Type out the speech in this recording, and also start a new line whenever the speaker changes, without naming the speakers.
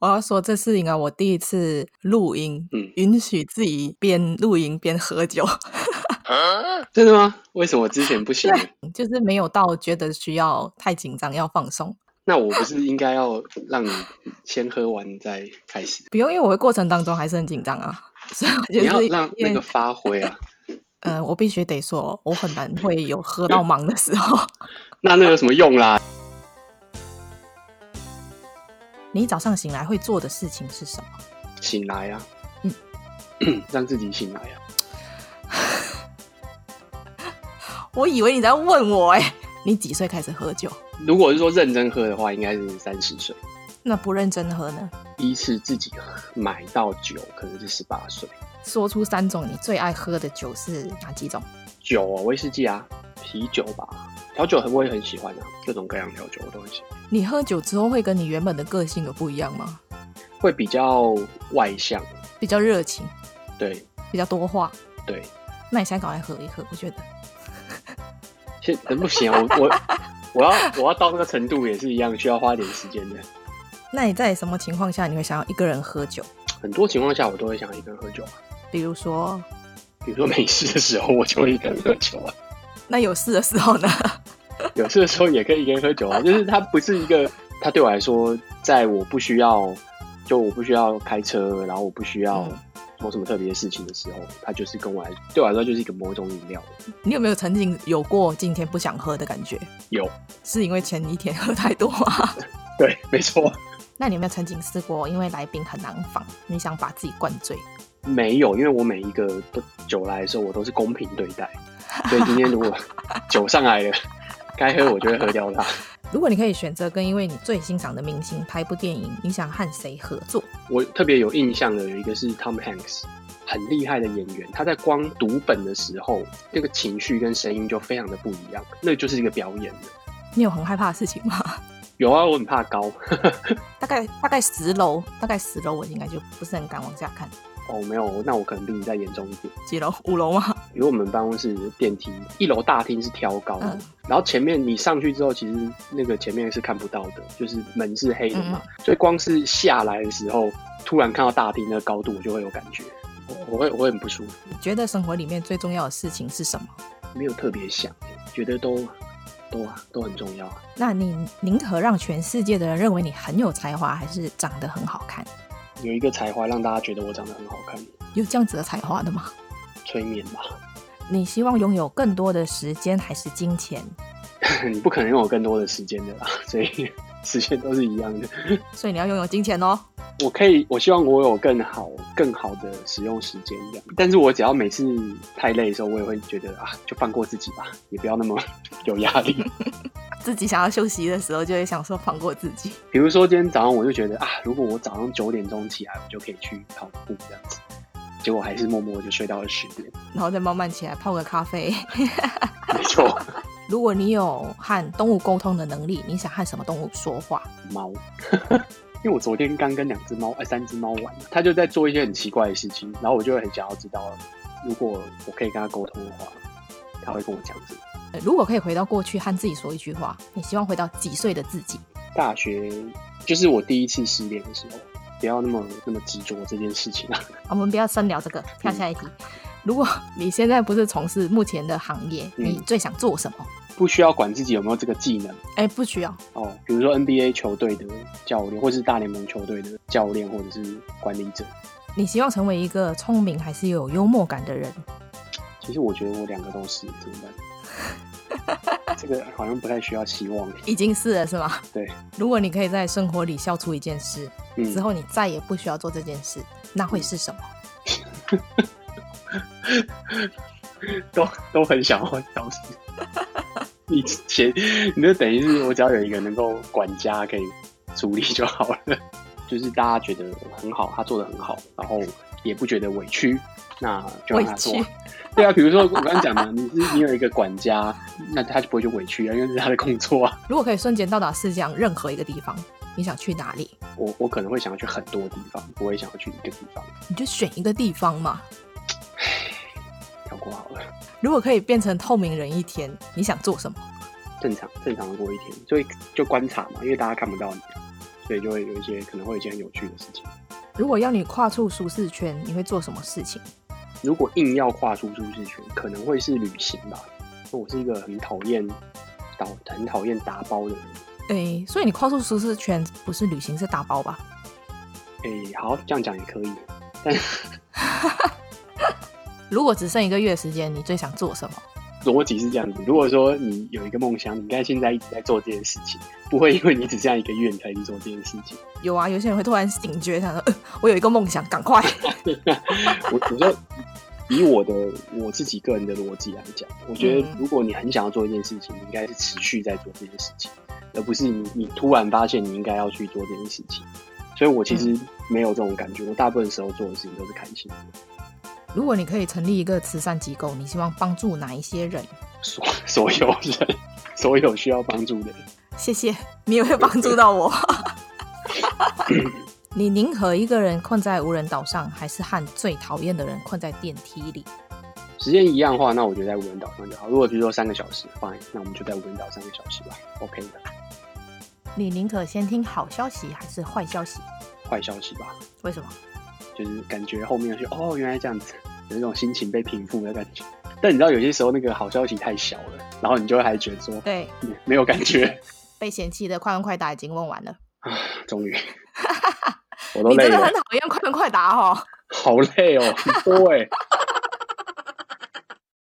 我要说这是应该我第一次录音，
嗯
允许自己边录音边喝酒， 啊
真的吗？为什么之前不行？
就是没有到觉得需要太紧张要放松，
那我不是应该要让你先喝完再开始？
不用，因为我的过程当中还是很紧张啊， 所以我
你
就
要
是
让
因
那
为
个发挥啊。
呃，我必须得说，我很难会有喝到忙的时候。
那那有什么用啦？
你早上醒来会做的事情是什么？
醒来啊，
嗯
让自己醒来啊。
我以为你在问我哎、 你几岁开始喝酒？
如果是说认真喝的话，应该是三十岁。
那不认真喝呢？
第一次自己买到酒，可能是十八岁。
说出三种你最爱喝的酒是哪几种？
酒哦，威士忌啊，啤酒吧，调酒我也很喜欢啊，各种各样调酒我都很喜欢。
你喝酒之后会跟你原本的个性有不一样吗？
会比较外向，
比较热情，
对
比较多话。
对。
那你现在赶快喝一喝，我觉得
现呃不行啊，我我我要我要到那个程度也是一样，需要花点时间的。
那你在什么情况下你会想要一个人喝酒？
很多情况下我都会想一个人喝酒啊，
比如说，
比如说没事的时候我就会一个人喝酒啊，
那有事的时候呢？
有事的时候也可以一个人喝酒啊，就是它不是一个，它对我来说，在我不需要，就我不需要开车，然后我不需要
嗯
做什么特别的事情的时候，它就是跟我来对我来说就是一个某种饮料。
你有没有曾经有过今天不想喝的感觉？
有，
是因为前一天喝太多吗？
对，没错，
那你有没有曾经试过，因为来宾很难防，你想把自己灌醉？
没有，因为我每一个都酒来的时候，我都是公平对待，所以今天如果酒上来了，该喝我就会喝掉它。
如果你可以选择跟一位你最欣赏的明星拍部电影，你想和谁合作？
我特别有印象的有一个是 Tom Hanks，很厉害的演员，他在光读本的时候，那个情绪跟声音就非常的不一样，那就是一个表演的。
你有很害怕的事情吗？
有啊，我很怕高，
大概大概十楼，大概十楼我应该就不是很敢往下看，
哦，没有，那我可能比你再严重一点。
几楼？五楼吗？
比如我们办公室电梯，一楼大厅是挑高的，
嗯
然后前面你上去之后，其实那个前面是看不到的，就是门是黑的嘛，所以光是下来的时候，突然看到大厅那个高度，我就会有感觉，我我会我会很不舒服，
你觉得生活里面最重要的事情是什么？
没有特别想，觉得都都啊都很重要啊。
那你宁可让全世界的人认为你很有才华，还是长得很好看？
有一个才华让大家觉得我长得很好看，
有这样子的才华的吗？
催眠吧，
你希望拥有更多的时间还是金钱？
你不可能拥有更多的时间的啦，所以时间都是一样的。
所以你要拥有金钱哦。
我可以，我希望我有更好、更好的使用时间这样。但是我只要每次太累的时候，我也会觉得啊，就放过自己吧，也不要那么 有压力。
自己想要休息的时候，就会想说放过自己。
比如说今天早上，我就觉得啊，如果我早上九点钟起来，我就可以去跑步这样子。结果还是默默地就睡到了十点，
然后再慢慢起来泡个咖啡。
没错，
如果你有和动物沟通的能力，你想和什么动物说话？
猫。 因为我昨天刚跟两只猫，哎，三只猫玩，它就在做一些很奇怪的事情，然后我就很想要知道，如果我可以跟它沟通的话，它会跟我讲什么。
呃如果可以回到过去和自己说一句话，你希望回到几岁的自己？
大学就是我第一次失恋的时候，不要那么那么执着这件事情啊。
我们不要深聊这个，跳下一题。嗯如果你现在不是从事目前的行业，
嗯
你最想做什么？
不需要管自己有没有这个技能
哎、不需要。
哦，比如说 NBA 球队的教练，或是大联盟球队的教练，或者是管理者。
你希望成为一个聪明还是有幽默感的人？
其实我觉得我两个都是，怎么 办？这个好像不太需要希望。
已经是了，是吗？
对。
如果你可以在生活里消除一件事，之
嗯，
后你再也不需要做这件事，那会是什么？
都都很想要消失。你前，你就等于是我只要有一个能够管家可以处理就好了。就是大家觉得很好，他做的很好，然后也不觉得委屈，那就让他做
委屈。
对啊，比如说我刚刚讲嘛，你是你有一个管家，那他就不会就委屈啊，因为这是他的工作啊。
如果可以瞬间到达世界上任何一个地方，你想去哪里？
我我可能会想要去很多地方，不会想要去一个地方，
你就选一个地方嘛。
跳过好了。
如果可以变成透明人一天，你想做什么？
正常正常的过一天，所以就观察嘛，因为大家看不到你，所以就会有一些可能会有一些很有趣的事情。
如果要你跨出舒适圈，你会做什么事情？
如果硬要跨出舒适圈，可能会是旅行吧。因为我是一个很讨厌打很讨厌打包的人。
诶、所以你跨出舒适圈不是旅行，是打包吧？
诶、好，这样讲也可以。
如果只剩一个月时间，你最想做什么？
逻辑是这样子：如果说你有一个梦想，你应该现在一直在做这件事情，不会因为你只剩下一个月你才去做这件事情。
有啊，有些人会突然警觉，想说、呃我有一个梦想，赶快。
我我说，以我的我自己个人的逻辑来讲，我觉得
嗯
如果你很想要做一件事情，你应该是持续在做这件事情，而不是你你突然发现你应该要去做这件事情。所以我其实没有这种感觉，我大部分时候做的事情都是开心的。
如果你可以成立一个慈善机构，你希望帮助哪一些人？
所所有人， 所有需要帮助的人，
谢谢，你也会帮助到我。 你宁可一个人困在无人岛上，还是和最讨厌的人困在电梯里？
时间一样的话，那我就在无人岛上就好。如果比如说三个小时，fine，那我们就在无人岛三个小时吧，OK 的。
你宁可先听好消息还是坏消息？
坏消息吧，
为什么？
就是感觉后面就哦，原来这样子，有一种心情被平复的感觉。但你知道，有些时候那个好消息太小了，然后你就会还觉得说
对，
嗯没有感觉。
被嫌弃的快问快答已经问完了，
终 于，我都
你
累
真的很
了，
讨厌快问快答哦。
好累哦，很多哎、